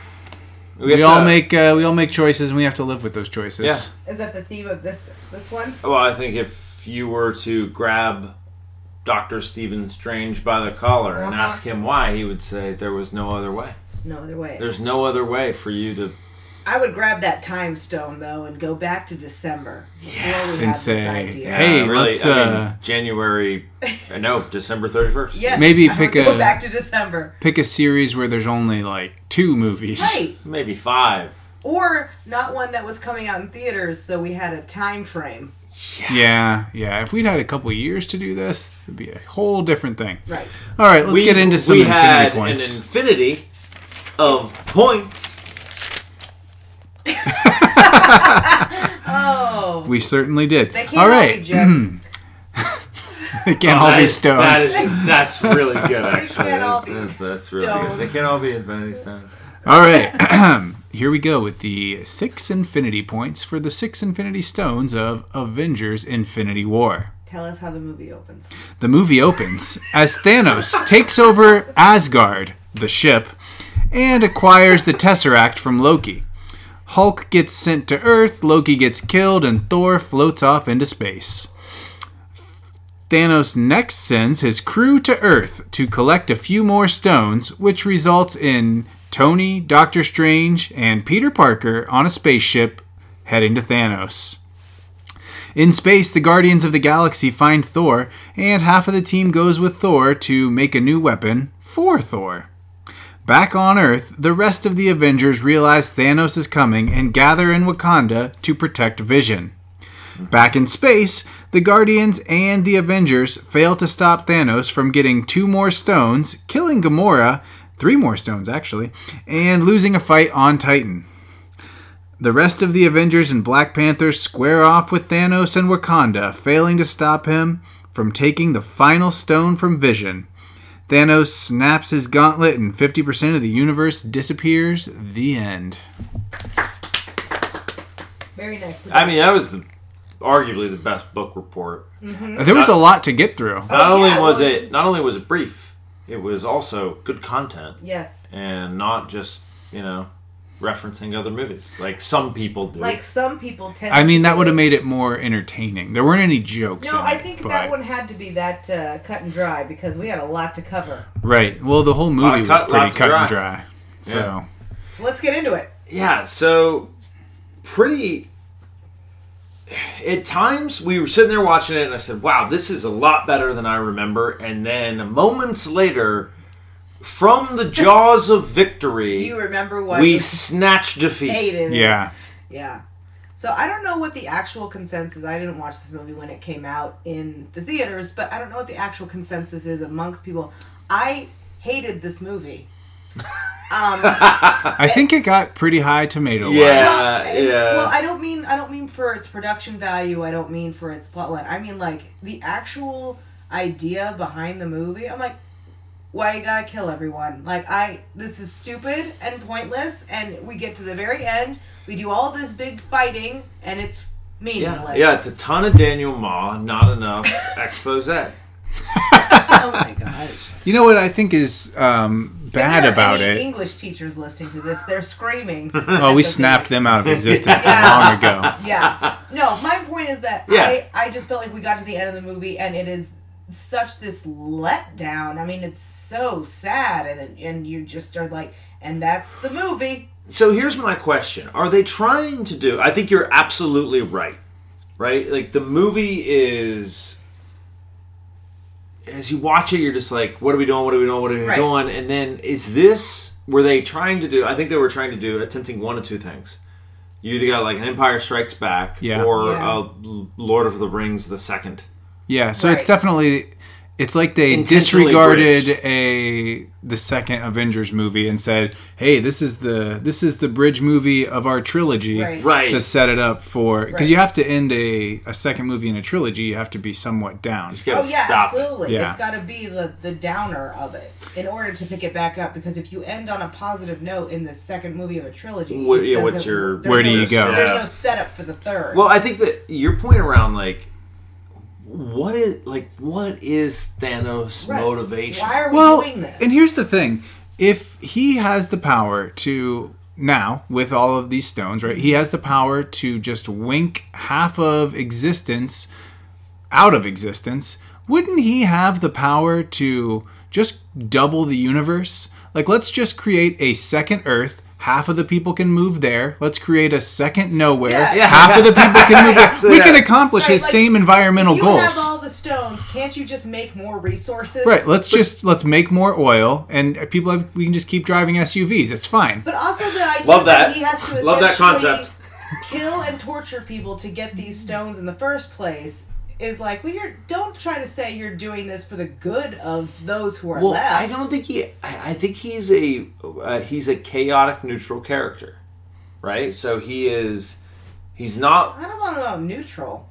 [SPEAKER 2] we
[SPEAKER 3] to-
[SPEAKER 2] all make uh, we all make choices, and we have to live with those choices.
[SPEAKER 3] Yeah.
[SPEAKER 4] Is that the theme of this this one?
[SPEAKER 3] Well, I think if you were to grab Dr. Stephen Strange by the collar and
[SPEAKER 4] Uh-huh.
[SPEAKER 3] ask him why, he would say there was no other way.
[SPEAKER 4] No other way.
[SPEAKER 3] There's no other way for you to. uh,
[SPEAKER 4] I would grab that time stone though and go back to December before we had
[SPEAKER 2] And
[SPEAKER 4] this
[SPEAKER 2] say,
[SPEAKER 4] idea.
[SPEAKER 2] "Hey,
[SPEAKER 3] Uh, really,
[SPEAKER 2] let's,
[SPEAKER 3] I mean,
[SPEAKER 2] uh,
[SPEAKER 3] January. uh, no, December 31st.
[SPEAKER 4] Yes,
[SPEAKER 2] Maybe
[SPEAKER 4] I would
[SPEAKER 2] pick
[SPEAKER 4] go
[SPEAKER 2] a-
[SPEAKER 4] back to December.
[SPEAKER 2] Pick a series where there's only like two movies.
[SPEAKER 4] Right.
[SPEAKER 3] Maybe five.
[SPEAKER 4] Or not one that was coming out in theaters, so we had a time frame.
[SPEAKER 2] Yeah. Yeah. If we'd had a couple years to do this, it'd be a whole different thing.
[SPEAKER 4] Right.
[SPEAKER 2] All right. Let's
[SPEAKER 3] we,
[SPEAKER 2] get into some
[SPEAKER 3] we
[SPEAKER 2] infinity
[SPEAKER 3] had
[SPEAKER 2] points.
[SPEAKER 3] an infinity of points.
[SPEAKER 4] Oh.
[SPEAKER 2] we certainly did.
[SPEAKER 4] They can't
[SPEAKER 2] All
[SPEAKER 4] all
[SPEAKER 2] right. Mm-hmm.
[SPEAKER 4] be gems.
[SPEAKER 2] they can't
[SPEAKER 3] Oh, That
[SPEAKER 2] all be
[SPEAKER 3] is-
[SPEAKER 2] stones.
[SPEAKER 3] That is, that's really good, actually.
[SPEAKER 4] can't all
[SPEAKER 3] That's-
[SPEAKER 4] be
[SPEAKER 3] that's, that's really good. They
[SPEAKER 4] stones.
[SPEAKER 3] can't all be infinity stones.
[SPEAKER 2] All right. Here we go with the six infinity points for the six infinity stones of Avengers Infinity War.
[SPEAKER 4] Tell us how the movie opens.
[SPEAKER 2] The movie opens as Thanos takes over Asgard, the ship, and acquires the Tesseract from Loki. Hulk gets sent to Earth, Loki gets killed, and Thor floats off into space. Thanos next sends his crew to Earth to collect a few more stones, which results in Tony, Doctor Strange, and Peter Parker on a spaceship heading to Thanos. In space, the Guardians of the Galaxy find Thor, and half of the team goes with Thor to make a new weapon for Thor. Back on Earth, the rest of the Avengers realize Thanos is coming and gather in Wakanda to protect Vision. Back in space, the Guardians and the Avengers fail to stop Thanos from getting two more stones, killing Gamora, three more stones actually, and losing a fight on Titan. The rest of the Avengers and Black Panther square off with Thanos and Wakanda, failing to stop him from taking the final stone from Vision. Thanos snaps his gauntlet and 50% of the universe disappears. The end.
[SPEAKER 4] Very nice.
[SPEAKER 3] I mean, that was the, arguably the best book report.
[SPEAKER 2] There was a lot to get through.
[SPEAKER 3] Not only
[SPEAKER 4] Oh, yeah,
[SPEAKER 3] was
[SPEAKER 4] well-
[SPEAKER 3] it not only was it brief, it was also good content
[SPEAKER 4] yes.
[SPEAKER 3] and not just you know referencing other movies like some people do.
[SPEAKER 4] Like some people tend
[SPEAKER 2] I mean,
[SPEAKER 4] to
[SPEAKER 2] that
[SPEAKER 4] do
[SPEAKER 2] would
[SPEAKER 4] it.
[SPEAKER 2] have made it more entertaining. There weren't any jokes.
[SPEAKER 4] No,
[SPEAKER 2] in
[SPEAKER 4] I
[SPEAKER 2] it,
[SPEAKER 4] think
[SPEAKER 2] but-
[SPEAKER 4] that one had to be that uh, cut and dry because we had a lot to cover.
[SPEAKER 2] Right. Well, the whole
[SPEAKER 3] Lot
[SPEAKER 2] movie
[SPEAKER 3] of
[SPEAKER 2] was
[SPEAKER 3] cut,
[SPEAKER 2] pretty
[SPEAKER 3] lots of
[SPEAKER 2] cut and dry. So,
[SPEAKER 3] Yeah.
[SPEAKER 4] So let's get into it.
[SPEAKER 3] yeah, so pretty. At times, we were sitting there watching it, and I said, "Wow, this is a lot better than I remember." And then moments later, from the jaws of victory,
[SPEAKER 4] You remember what
[SPEAKER 3] we
[SPEAKER 4] you
[SPEAKER 3] snatched defeat.
[SPEAKER 4] hated?
[SPEAKER 2] yeah.
[SPEAKER 4] Yeah. So I don't know what the actual consensus. I didn't watch this movie when it came out in the theaters, but I don't know what the actual consensus is amongst people. I hated this movie. Um,
[SPEAKER 2] I think it got pretty high tomato wise.
[SPEAKER 3] Yeah,
[SPEAKER 4] and-
[SPEAKER 3] Uh, yeah.
[SPEAKER 4] Well, I don't mean I don't mean for its production value. I don't mean for its plotline. I mean like the actual idea behind the movie. I'm like, why you gotta kill everyone? Like I this is stupid and pointless. And we get to the very end. We do all this big fighting, and it's
[SPEAKER 3] Yeah,
[SPEAKER 4] meaningless.
[SPEAKER 3] yeah, it's a ton of Daniel Ma, not enough expose.
[SPEAKER 4] oh my gosh.
[SPEAKER 2] You know what I think is um, bad
[SPEAKER 4] There are
[SPEAKER 2] about
[SPEAKER 4] any
[SPEAKER 2] it?
[SPEAKER 4] English teachers listening to this, they're screaming.
[SPEAKER 2] Oh, we snapped them out of existence long ago.
[SPEAKER 4] yeah. No, my point is that
[SPEAKER 3] Yeah.
[SPEAKER 4] I, I just felt like we got to the end of the movie and it is such this letdown. I mean, it's so sad and it- and you just are like, and that's the movie.
[SPEAKER 3] So here's my question: Are they trying to do? I think you're absolutely right. Right, like the movie is as you watch it, you're just like, what are we doing? What are we doing? What are we
[SPEAKER 4] Right.
[SPEAKER 3] doing? And then is this were they trying to do? I think they were trying to do attempting one of two things. You either got like an Empire Strikes Back
[SPEAKER 2] Yeah.
[SPEAKER 3] or
[SPEAKER 4] Yeah.
[SPEAKER 3] uh, L- Lord of the Rings the second.
[SPEAKER 2] Yeah, so it's
[SPEAKER 4] Right.
[SPEAKER 2] definitely it's like they
[SPEAKER 3] Intentionally
[SPEAKER 2] disregarded
[SPEAKER 3] bridged.
[SPEAKER 2] a the second Avengers movie and said, "Hey, this is the this is the bridge movie of our trilogy."
[SPEAKER 4] Right.
[SPEAKER 3] Right.
[SPEAKER 2] To set it up for because
[SPEAKER 4] Right.
[SPEAKER 2] you have to end a, a second movie in a trilogy, you have to be somewhat down.
[SPEAKER 3] You gotta
[SPEAKER 4] oh yeah,
[SPEAKER 3] stop it.
[SPEAKER 4] absolutely.
[SPEAKER 2] Yeah.
[SPEAKER 4] It's got to be the the downer of it in order to pick it back up. Because if you end on a positive note in the second movie of a trilogy,
[SPEAKER 3] What-
[SPEAKER 4] it
[SPEAKER 3] yeah, what's
[SPEAKER 4] doesn't-
[SPEAKER 3] your-
[SPEAKER 4] there's
[SPEAKER 2] Where do
[SPEAKER 4] no-
[SPEAKER 2] you go?
[SPEAKER 4] There's
[SPEAKER 3] Yeah.
[SPEAKER 4] no setup for the third.
[SPEAKER 3] Well, I think that your point around like what is like what is Thanos'
[SPEAKER 4] Right.
[SPEAKER 3] motivation?
[SPEAKER 4] Why are we
[SPEAKER 2] well,
[SPEAKER 4] doing this?
[SPEAKER 2] and here's the thing: if he has the power to now, with all of these stones, right? He has the power to just wink half of existence out of existence. Wouldn't he have the power to just double the universe? Like, let's just create a second Earth. Half of the people can move there. Let's create a second nowhere.
[SPEAKER 4] Yeah. Yeah.
[SPEAKER 2] Half of the people can move there. We
[SPEAKER 3] Yeah.
[SPEAKER 2] can accomplish
[SPEAKER 4] Right,
[SPEAKER 2] his
[SPEAKER 4] like,
[SPEAKER 2] same environmental
[SPEAKER 4] you
[SPEAKER 2] goals.
[SPEAKER 4] have all the stones. Can't you just make more resources?
[SPEAKER 2] Right. Let's just let's make more oil, and people have, we can just keep driving SUVs. It's fine.
[SPEAKER 4] But also the idea
[SPEAKER 3] Love that.
[SPEAKER 4] he has to
[SPEAKER 3] Love that
[SPEAKER 4] essentially
[SPEAKER 3] concept.
[SPEAKER 4] Kill and torture people to get these stones in the first place is like, well, you're don't try to say you're doing this for the good of those who are
[SPEAKER 3] Well,
[SPEAKER 4] left.
[SPEAKER 3] I don't think he. I, I think he's a uh, he's a chaotic neutral character, right? So he is. He's not.
[SPEAKER 4] I don't want to know I'm neutral.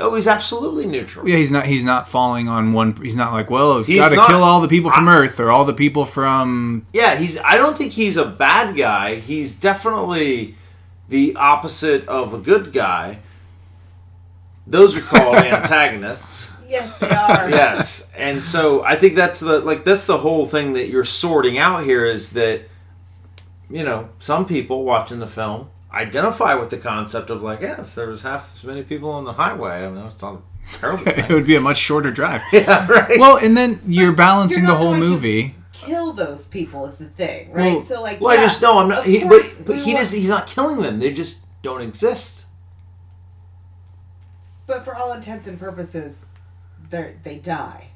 [SPEAKER 3] Oh, he's absolutely neutral.
[SPEAKER 2] Yeah, he's not he's not falling on one. He's not like well, we've
[SPEAKER 3] He's
[SPEAKER 2] got to
[SPEAKER 3] not-
[SPEAKER 2] kill all the people
[SPEAKER 4] Ah.
[SPEAKER 2] from Earth or all the people from.
[SPEAKER 3] Yeah, he's. I don't think he's a bad guy. He's definitely the opposite of a good guy. Those are called antagonists.
[SPEAKER 4] Yes, they are.
[SPEAKER 3] yes and so i think that's the like that's the whole thing that you're sorting out here is that you know some people watching the film identify with the concept of like yeah if there was half as many people on the highway i mean that's not a terrible
[SPEAKER 2] It
[SPEAKER 3] thing.
[SPEAKER 2] would be a much shorter drive.
[SPEAKER 3] yeah right
[SPEAKER 2] Well, and then you're balancing
[SPEAKER 4] you're
[SPEAKER 2] the
[SPEAKER 4] not
[SPEAKER 2] whole
[SPEAKER 4] going to-
[SPEAKER 2] movie.
[SPEAKER 4] Kill those people is the thing, right?
[SPEAKER 2] Well-
[SPEAKER 4] so like,
[SPEAKER 3] well
[SPEAKER 4] yeah,
[SPEAKER 3] i just know i'm not
[SPEAKER 4] of
[SPEAKER 3] he, but,
[SPEAKER 4] course
[SPEAKER 3] but
[SPEAKER 4] we
[SPEAKER 3] he
[SPEAKER 4] want-
[SPEAKER 3] does he's not killing them they just don't exist
[SPEAKER 4] But for all intents and purposes, they they die.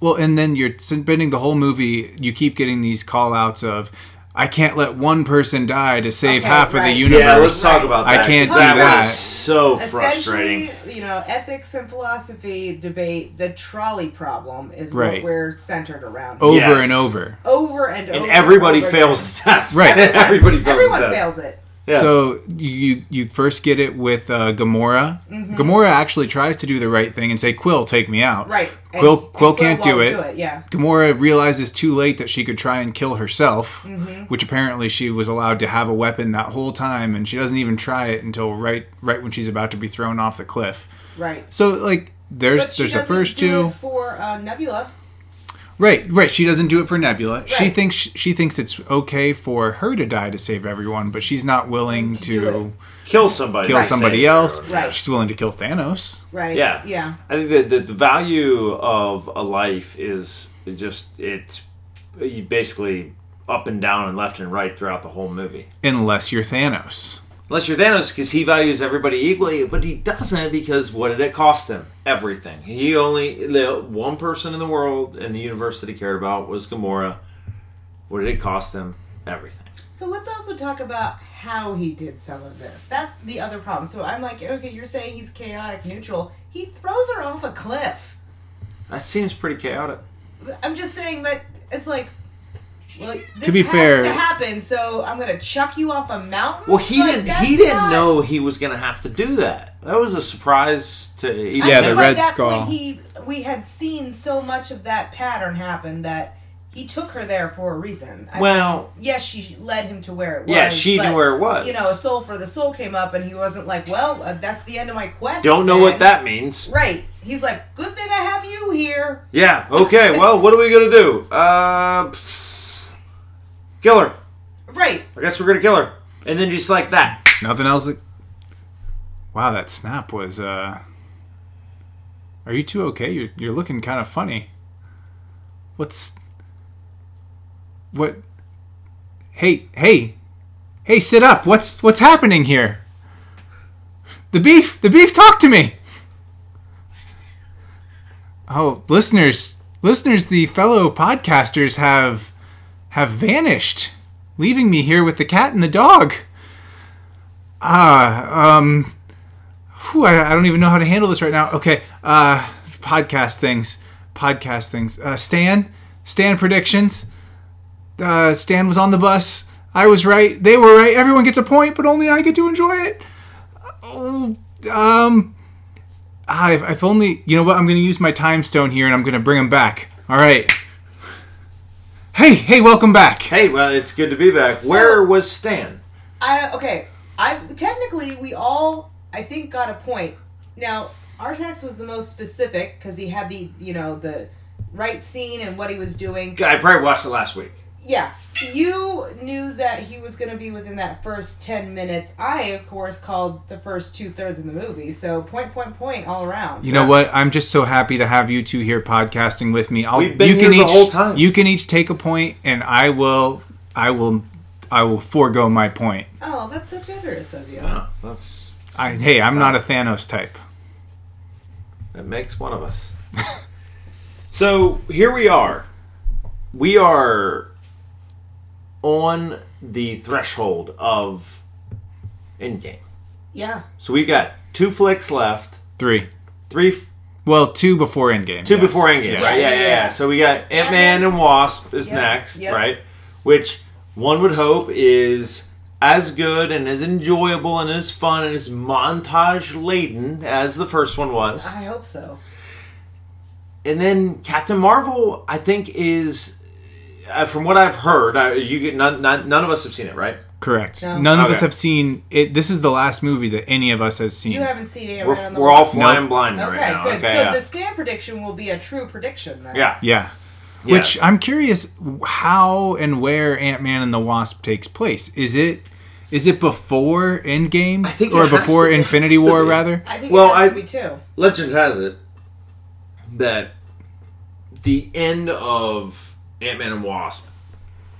[SPEAKER 2] Well, and then you're spending the whole movie. You keep getting these call outs of, I can't let one person die to save
[SPEAKER 4] Okay,
[SPEAKER 2] half of the
[SPEAKER 4] right.
[SPEAKER 2] universe.
[SPEAKER 4] Yeah, let's talk
[SPEAKER 3] about
[SPEAKER 2] I that, can't
[SPEAKER 4] 'cause do that that.
[SPEAKER 3] was
[SPEAKER 4] was
[SPEAKER 3] so
[SPEAKER 4] Essentially,
[SPEAKER 3] frustrating
[SPEAKER 4] you know, ethics and philosophy debate the trolley problem is
[SPEAKER 2] Right. Oh.
[SPEAKER 4] what we're centered around.
[SPEAKER 2] over
[SPEAKER 3] Yes.
[SPEAKER 2] and over.
[SPEAKER 4] over and over.
[SPEAKER 3] and everybody
[SPEAKER 4] over
[SPEAKER 3] fails
[SPEAKER 4] again.
[SPEAKER 3] the test
[SPEAKER 2] Right.
[SPEAKER 3] everybody fails
[SPEAKER 4] Everyone
[SPEAKER 3] the test
[SPEAKER 4] fails it.
[SPEAKER 3] Yeah.
[SPEAKER 2] So you you first get it with uh, Gamora.
[SPEAKER 4] Mm-hmm.
[SPEAKER 2] Gamora actually tries to do the right thing and say, "Quill, take me out."
[SPEAKER 4] Right. And-
[SPEAKER 2] Quill
[SPEAKER 4] and
[SPEAKER 2] Quill can't do
[SPEAKER 4] won't
[SPEAKER 2] it.
[SPEAKER 4] Yeah.
[SPEAKER 2] Gamora realizes too late that she could try and kill herself,
[SPEAKER 4] Mm-hmm.
[SPEAKER 2] which apparently she was allowed to have a weapon that whole time, and she doesn't even try it until right right when she's about to be thrown off the cliff.
[SPEAKER 4] Right.
[SPEAKER 2] So like there's
[SPEAKER 4] But she
[SPEAKER 2] there's the
[SPEAKER 4] doesn't
[SPEAKER 2] first
[SPEAKER 4] do
[SPEAKER 2] two.
[SPEAKER 4] it for uh, Nebula.
[SPEAKER 2] Right, right. She doesn't do it for Nebula. She
[SPEAKER 4] Right.
[SPEAKER 2] thinks she thinks it's okay for her to die to save everyone, but she's not willing
[SPEAKER 4] To do
[SPEAKER 2] to
[SPEAKER 3] kill somebody
[SPEAKER 2] kill
[SPEAKER 3] Right.
[SPEAKER 2] somebody
[SPEAKER 3] Save
[SPEAKER 2] else.
[SPEAKER 3] everyone.
[SPEAKER 4] Right.
[SPEAKER 2] She's willing to kill Thanos.
[SPEAKER 4] Right.
[SPEAKER 3] Yeah.
[SPEAKER 4] Yeah.
[SPEAKER 3] I think that that the value of a life is is just it you basically up and down and left and right throughout the whole movie.
[SPEAKER 2] Unless you're Thanos.
[SPEAKER 3] Unless you're Thanos, because he values everybody equally, but he doesn't because what did it cost him? Everything. He only the one person in the world in the universe that he cared about was Gamora. What did it cost him? Everything.
[SPEAKER 4] But let's also talk about how he did some of this. That's the other problem. So I'm like, okay, you're saying he's chaotic neutral. He throws her off a cliff.
[SPEAKER 3] That seems pretty chaotic.
[SPEAKER 4] I'm just saying that it's like. Well, this
[SPEAKER 2] be
[SPEAKER 4] has
[SPEAKER 2] fair-
[SPEAKER 4] to happen, so I'm gonna chuck you off a mountain.
[SPEAKER 3] Well, he
[SPEAKER 4] Like,
[SPEAKER 3] didn't.
[SPEAKER 4] that's
[SPEAKER 3] He didn't
[SPEAKER 4] not-
[SPEAKER 3] know he was going to have to do that. That was a surprise to even
[SPEAKER 2] Yeah,
[SPEAKER 4] I
[SPEAKER 2] the
[SPEAKER 4] think
[SPEAKER 3] him.
[SPEAKER 4] by
[SPEAKER 2] Red
[SPEAKER 4] that
[SPEAKER 2] Skull.
[SPEAKER 4] Point, he, we had seen so much of that pattern happen that he took her there for a reason. I-
[SPEAKER 3] Well,
[SPEAKER 4] yes, she led him to where it was.
[SPEAKER 3] Yeah, she knew
[SPEAKER 4] but,
[SPEAKER 3] where it was.
[SPEAKER 4] You know, a soul for the soul came up, and he wasn't like, "Well, uh, that's the end of my quest."
[SPEAKER 3] don't know
[SPEAKER 4] then."
[SPEAKER 3] what that means.
[SPEAKER 4] Right. He's like, "Good thing I have you here."
[SPEAKER 3] Yeah. Okay. Well, what are we gonna do? Uh, pff, kill her.
[SPEAKER 4] Right.
[SPEAKER 3] I guess we're gonna kill her, and then just like that.
[SPEAKER 2] Nothing else. That... Wow, that snap was. uh Are you two okay? You're you're looking kind of funny. What's what? Hey, hey, hey! Sit up. What's what's happening here? The beef, the beef, talk to me. Oh, listeners, listeners, the fellow podcasters have have vanished, leaving me here with the cat and the dog. Ah, um, whew, I, I don't even know how to handle this right now. Okay, uh, podcast things, podcast things. Uh, Stan, Stan predictions. Uh, Stan was on the bus. I was right. They were right. Everyone gets a point, but only I get to enjoy it. Oh, um, i if only you know what I'm going to use my time stone here, and I'm going to bring him back. All right. Hey, hey, welcome back.
[SPEAKER 3] Hey, well, it's good to be back. Where was Stan?
[SPEAKER 4] I okay. I technically we all I think got a point. Now Artax was the most specific because he had the you know the right scene and what he was doing.
[SPEAKER 3] I probably watched it last week.
[SPEAKER 4] Yeah, you knew that he was going to be within that first ten minutes. I of course called the first two thirds of the movie. So point point point all around.
[SPEAKER 2] You know what? I'm just so happy to have you two here podcasting with me. I'll,
[SPEAKER 3] We've been
[SPEAKER 2] you can
[SPEAKER 3] here the
[SPEAKER 2] each,
[SPEAKER 3] whole time.
[SPEAKER 2] You can each take a point, and I will, I will, I will forego my point.
[SPEAKER 4] Oh, that's so generous of you.
[SPEAKER 3] Oh, that's
[SPEAKER 2] I, hey, I'm not a Thanos type.
[SPEAKER 3] that makes one of us. so here we are. We are on the threshold of Endgame.
[SPEAKER 4] Yeah.
[SPEAKER 3] So we've got two flicks left,
[SPEAKER 2] Three.
[SPEAKER 3] three, f-
[SPEAKER 2] Well, two before Endgame.
[SPEAKER 3] two
[SPEAKER 2] yes.
[SPEAKER 3] before Endgame,
[SPEAKER 2] Yes.
[SPEAKER 3] right? Yeah, yeah, yeah. So we got Ant Man and Wasp is
[SPEAKER 4] Yep,
[SPEAKER 3] next,
[SPEAKER 4] yep.
[SPEAKER 3] right? Which one would hope is as good and as enjoyable and as fun and as montage laden as the first one was.
[SPEAKER 4] I hope so.
[SPEAKER 3] and then Captain Marvel, I think is uh, from what I've heard. I, you get none, none, none of us have seen it, right?
[SPEAKER 2] Correct.
[SPEAKER 4] No.
[SPEAKER 2] None of us
[SPEAKER 3] Okay.
[SPEAKER 2] have seen it. This is the last movie that any of us has seen.
[SPEAKER 4] You haven't seen it.
[SPEAKER 3] We're, we're all flying
[SPEAKER 2] Nope.
[SPEAKER 3] blind
[SPEAKER 4] Okay,
[SPEAKER 3] right now.
[SPEAKER 4] good.
[SPEAKER 3] Okay,
[SPEAKER 4] so
[SPEAKER 3] yeah.
[SPEAKER 4] the stand prediction will be a true prediction then.
[SPEAKER 3] yeah.
[SPEAKER 2] yeah.
[SPEAKER 3] yeah.
[SPEAKER 2] Which I'm curious how and where Ant Man and the Wasp takes place. Is it is it before Endgame
[SPEAKER 3] I think it
[SPEAKER 2] or
[SPEAKER 3] has
[SPEAKER 2] before
[SPEAKER 3] to- it
[SPEAKER 2] Infinity
[SPEAKER 3] has to
[SPEAKER 2] War
[SPEAKER 3] be.
[SPEAKER 2] rather?
[SPEAKER 4] I think
[SPEAKER 3] Well,
[SPEAKER 4] it has
[SPEAKER 3] I-
[SPEAKER 4] to be too.
[SPEAKER 3] legend has it that the end of Ant Man and Wasp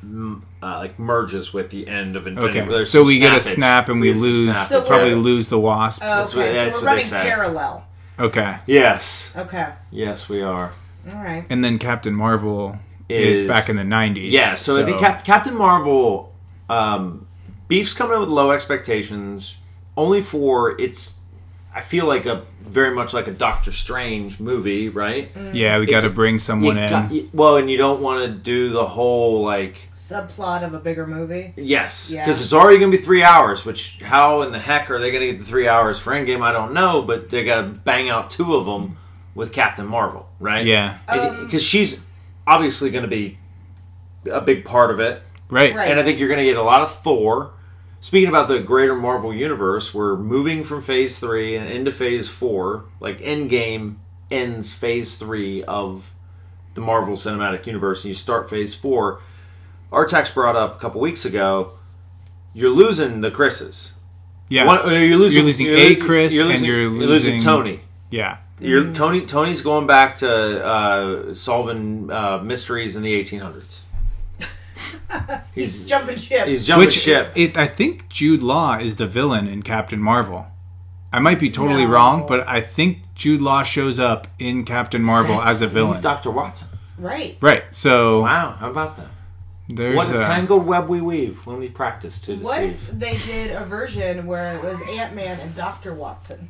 [SPEAKER 3] m- uh, like merges with the end of Infinity.
[SPEAKER 2] Okay,
[SPEAKER 3] There's
[SPEAKER 2] so
[SPEAKER 3] some
[SPEAKER 2] we get a
[SPEAKER 3] snappage.
[SPEAKER 2] snap and we
[SPEAKER 3] There's some
[SPEAKER 2] lose
[SPEAKER 3] snappage.
[SPEAKER 4] So
[SPEAKER 2] probably
[SPEAKER 4] we're- Oh.
[SPEAKER 2] lose the Wasp.
[SPEAKER 4] Okay,
[SPEAKER 3] what- that's
[SPEAKER 4] so
[SPEAKER 3] what
[SPEAKER 4] we're
[SPEAKER 3] they
[SPEAKER 4] running
[SPEAKER 3] say.
[SPEAKER 4] parallel.
[SPEAKER 2] Okay,
[SPEAKER 3] yes,
[SPEAKER 4] Okay.
[SPEAKER 3] yes, we are.
[SPEAKER 4] All right.
[SPEAKER 2] and then Captain Marvel is,
[SPEAKER 3] Is-
[SPEAKER 2] back in the '90s.
[SPEAKER 3] Yeah, so, I think Cap- Captain Marvel, um, Beef's coming in with low expectations, only for it's. I feel like a very much like a Doctor Strange movie, right?
[SPEAKER 4] Mm.
[SPEAKER 2] yeah, we got to
[SPEAKER 3] it's-
[SPEAKER 2] bring someone
[SPEAKER 3] You
[SPEAKER 2] in.
[SPEAKER 3] got- you- well, and you don't want to do the whole like
[SPEAKER 4] Subplot of a bigger movie.
[SPEAKER 3] yes,
[SPEAKER 4] Yeah.
[SPEAKER 3] because it's already going to be three hours. Which how in the heck are they going to get the three hours for Endgame? I don't know, but they got to bang out two of them with Captain Marvel, right?
[SPEAKER 2] yeah,
[SPEAKER 3] because she's obviously going to be a big part of it.
[SPEAKER 2] right.
[SPEAKER 4] Right.
[SPEAKER 3] And I think you're going to get a lot of Thor. Speaking about the greater Marvel universe, we're moving from phase three and into phase four. Like Endgame ends phase three of the Marvel Cinematic Universe, and you start phase four. Artax brought up a couple weeks ago. You're losing the Chris's.
[SPEAKER 2] Yeah,
[SPEAKER 3] One- or you're losing,
[SPEAKER 2] You're losing
[SPEAKER 3] you're
[SPEAKER 2] a
[SPEAKER 3] losing-
[SPEAKER 2] Chris
[SPEAKER 3] you're
[SPEAKER 2] and
[SPEAKER 3] losing-
[SPEAKER 2] you're losing- Mm-hmm.
[SPEAKER 3] Tony.
[SPEAKER 2] yeah,
[SPEAKER 3] You're, Tony Tony's going back to uh, solving uh, mysteries in the 1800s.
[SPEAKER 4] He's jumping ship.
[SPEAKER 3] He's jumping
[SPEAKER 2] Which
[SPEAKER 3] ship.
[SPEAKER 2] It, I think Jude Law is the villain in Captain Marvel. I might be totally
[SPEAKER 4] No.
[SPEAKER 2] wrong, but I think Jude Law shows up in Captain Marvel as a villain.
[SPEAKER 3] He's Dr. Watson.
[SPEAKER 4] right.
[SPEAKER 2] Right. So
[SPEAKER 3] Wow, how about that?
[SPEAKER 2] there's
[SPEAKER 3] what a
[SPEAKER 2] a-
[SPEAKER 3] tangled web we weave when we practice to
[SPEAKER 4] What
[SPEAKER 3] deceive.
[SPEAKER 4] if they did a version where it was Ant Man and Doctor Watson?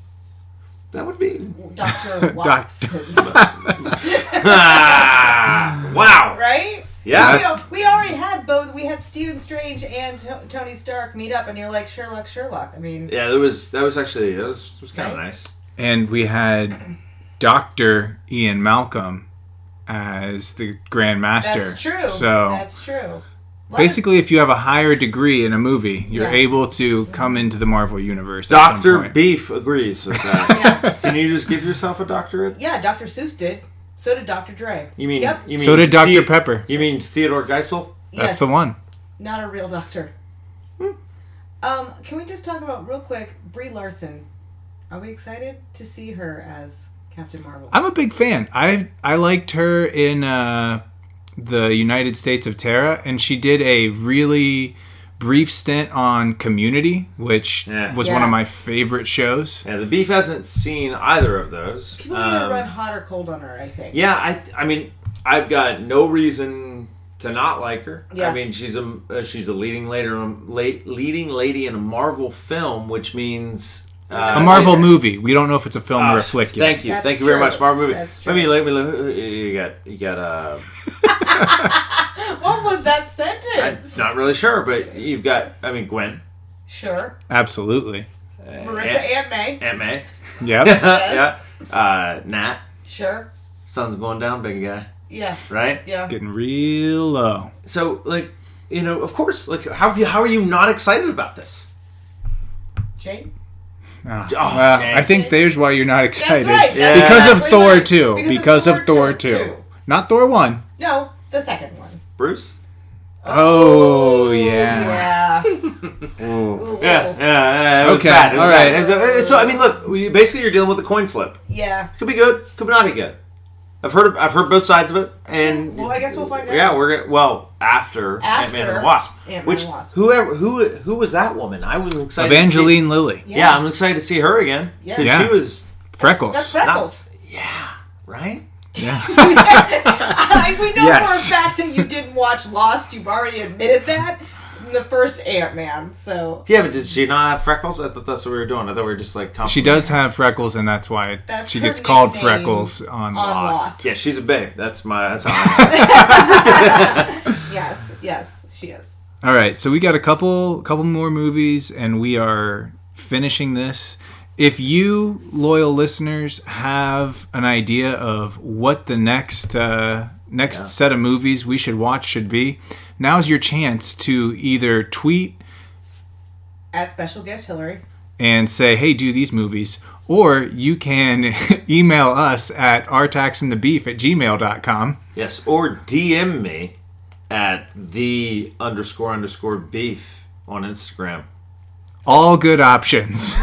[SPEAKER 3] That would be.
[SPEAKER 4] Doctor Watson.
[SPEAKER 3] Ah, wow.
[SPEAKER 4] right?
[SPEAKER 3] Yeah.
[SPEAKER 4] You know, we already had both. We had Stephen Strange and To- Tony Stark meet up, and you're like Sherlock, Sherlock. I mean,
[SPEAKER 3] Yeah, that was that was actually that was, was kind of
[SPEAKER 4] Right.
[SPEAKER 3] nice.
[SPEAKER 2] and we had Doctor Ian Malcolm as the Grand Master.
[SPEAKER 4] that's true.
[SPEAKER 2] So
[SPEAKER 4] that's true. Lot of
[SPEAKER 2] basically, if you have a higher degree in a movie, you're
[SPEAKER 4] Yeah.
[SPEAKER 2] able to come into the Marvel universe. at some
[SPEAKER 3] Doctor
[SPEAKER 2] point.
[SPEAKER 3] Beef agrees with that. Can you just give yourself a doctorate?
[SPEAKER 4] Yeah, Dr. Seuss did. So did Dr. Dre.
[SPEAKER 3] You mean?
[SPEAKER 4] Yep.
[SPEAKER 3] You mean
[SPEAKER 2] So did Dr.
[SPEAKER 3] Theo-
[SPEAKER 2] Pepper.
[SPEAKER 3] You mean Theodore Geisel?
[SPEAKER 2] That's
[SPEAKER 4] yes,
[SPEAKER 2] the one.
[SPEAKER 4] Not a real doctor.
[SPEAKER 2] Hmm.
[SPEAKER 4] Um, can we just talk about real quick Brie Larson? Are we excited to see her as Captain Marvel?
[SPEAKER 2] I'm a big fan. I I liked her in uh, the United States of Terra, and she did a really brief stint on Community, which
[SPEAKER 3] Yeah.
[SPEAKER 2] was one
[SPEAKER 4] Yeah.
[SPEAKER 2] of my favorite shows.
[SPEAKER 3] Yeah, the beef hasn't seen either of those.
[SPEAKER 4] People either
[SPEAKER 3] Um,
[SPEAKER 4] run hot or cold on her, I think.
[SPEAKER 3] Yeah, I I mean I've got no reason to not like her.
[SPEAKER 4] Yeah.
[SPEAKER 3] I mean, she's a uh, she's a leading lady, um, late, leading lady in a Marvel film, which means uh,
[SPEAKER 2] A Marvel movie. We don't know if it's a film
[SPEAKER 3] Oh,
[SPEAKER 2] or a flick yet.
[SPEAKER 3] Thank you,
[SPEAKER 4] That's
[SPEAKER 3] thank you very
[SPEAKER 4] true.
[SPEAKER 3] much, Marvel movie.
[SPEAKER 4] That's
[SPEAKER 3] Let me
[SPEAKER 4] true.
[SPEAKER 3] let me look. You got you got uh,
[SPEAKER 4] What was that
[SPEAKER 3] I'm
[SPEAKER 4] sentence?
[SPEAKER 3] not really sure, but you've got I mean Gwen,
[SPEAKER 4] Sure.
[SPEAKER 2] Absolutely.
[SPEAKER 3] uh,
[SPEAKER 4] Marissa
[SPEAKER 3] Aunt,
[SPEAKER 4] and May.
[SPEAKER 3] Aunt May,
[SPEAKER 2] Yep.
[SPEAKER 4] Yes.
[SPEAKER 3] yeah, uh, Nat,
[SPEAKER 4] Sure.
[SPEAKER 3] sun's going down, big guy,
[SPEAKER 4] Yeah.
[SPEAKER 3] right?
[SPEAKER 4] Yeah.
[SPEAKER 2] Getting real low.
[SPEAKER 3] So like you know, of course, like how how are you not excited about this?
[SPEAKER 4] Jane.
[SPEAKER 2] Ah,
[SPEAKER 3] Oh,
[SPEAKER 2] well,
[SPEAKER 3] Jane.
[SPEAKER 2] I think there's why you're not
[SPEAKER 4] That's
[SPEAKER 2] excited.
[SPEAKER 4] right.
[SPEAKER 3] Yeah.
[SPEAKER 4] that's
[SPEAKER 2] Because of
[SPEAKER 4] exactly
[SPEAKER 2] Thor
[SPEAKER 4] right.
[SPEAKER 2] 2. Because, of Thor 2. Not Thor 1.
[SPEAKER 4] No, the second one.
[SPEAKER 3] Bruce.
[SPEAKER 2] Oh, yeah.
[SPEAKER 4] Yeah.
[SPEAKER 2] Ooh.
[SPEAKER 4] Ooh,
[SPEAKER 3] Yeah,
[SPEAKER 4] ooh,
[SPEAKER 3] yeah, it was
[SPEAKER 2] Okay,
[SPEAKER 3] bad. It was
[SPEAKER 2] all
[SPEAKER 3] bad.
[SPEAKER 2] right.
[SPEAKER 3] It was- uh, so I mean, look, we, basically you're dealing with a coin flip.
[SPEAKER 4] yeah.
[SPEAKER 3] Could be good, could not be good. I've heard, I've heard both sides of it, and
[SPEAKER 4] Well, I guess we'll find out.
[SPEAKER 3] Yeah, we're gonna. Well, after,
[SPEAKER 4] After
[SPEAKER 3] Ant-Man and the Wasp,
[SPEAKER 4] Ant-Man
[SPEAKER 3] which
[SPEAKER 4] and the Wasp.
[SPEAKER 3] whoever who who was that woman? I was excited. to see-
[SPEAKER 2] Evangeline Lilly.
[SPEAKER 4] Yeah.
[SPEAKER 3] yeah. I'm excited to see her again because
[SPEAKER 2] Yeah.
[SPEAKER 3] she was
[SPEAKER 2] Freckles.
[SPEAKER 4] That's Freckles.
[SPEAKER 3] right.
[SPEAKER 2] yeah.
[SPEAKER 4] I, we know
[SPEAKER 2] Yes.
[SPEAKER 4] for a fact that you didn't watch Lost. You've already admitted that in the first Ant Man. So
[SPEAKER 3] Yeah, but did she not have freckles? I thought that's what we were doing. I thought we were just like
[SPEAKER 2] she
[SPEAKER 3] complimenting.
[SPEAKER 2] does have freckles, and that's why it-
[SPEAKER 4] That's
[SPEAKER 2] she
[SPEAKER 4] her
[SPEAKER 2] gets called
[SPEAKER 4] nickname
[SPEAKER 2] Freckles on,
[SPEAKER 4] on
[SPEAKER 2] Lost.
[SPEAKER 4] Lost.
[SPEAKER 3] Yeah, she's a babe. That's my. That's how. I
[SPEAKER 4] yes, yes, she is.
[SPEAKER 2] All right, so we got a couple couple more movies, and we are finishing this. If you loyal listeners have an idea of what the next uh, next set of movies we should watch should be, now's your chance to either tweet
[SPEAKER 4] As special guest Hillary.
[SPEAKER 2] and say, hey, do these movies. Or you can email us at rtaxandthebeef at gmail.com.
[SPEAKER 3] yes, or DM me at the underscore underscore beef on Instagram.
[SPEAKER 2] All good options.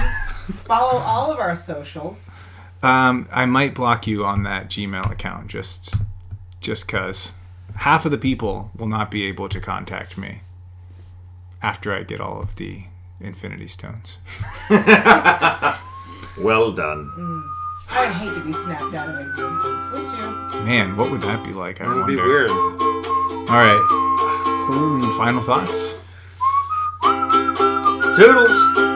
[SPEAKER 4] Follow all of our socials.
[SPEAKER 2] Um, I might block you on that Gmail account just just cuz half of the people will not be able to contact me after I get all of the Infinity Stones.
[SPEAKER 3] Well done.
[SPEAKER 4] I would hate to be snapped out of existence, would you?
[SPEAKER 2] Man, what would that be like? I
[SPEAKER 3] It would be
[SPEAKER 2] wonder.
[SPEAKER 3] weird.
[SPEAKER 2] All right. Final thoughts?
[SPEAKER 3] Toodles.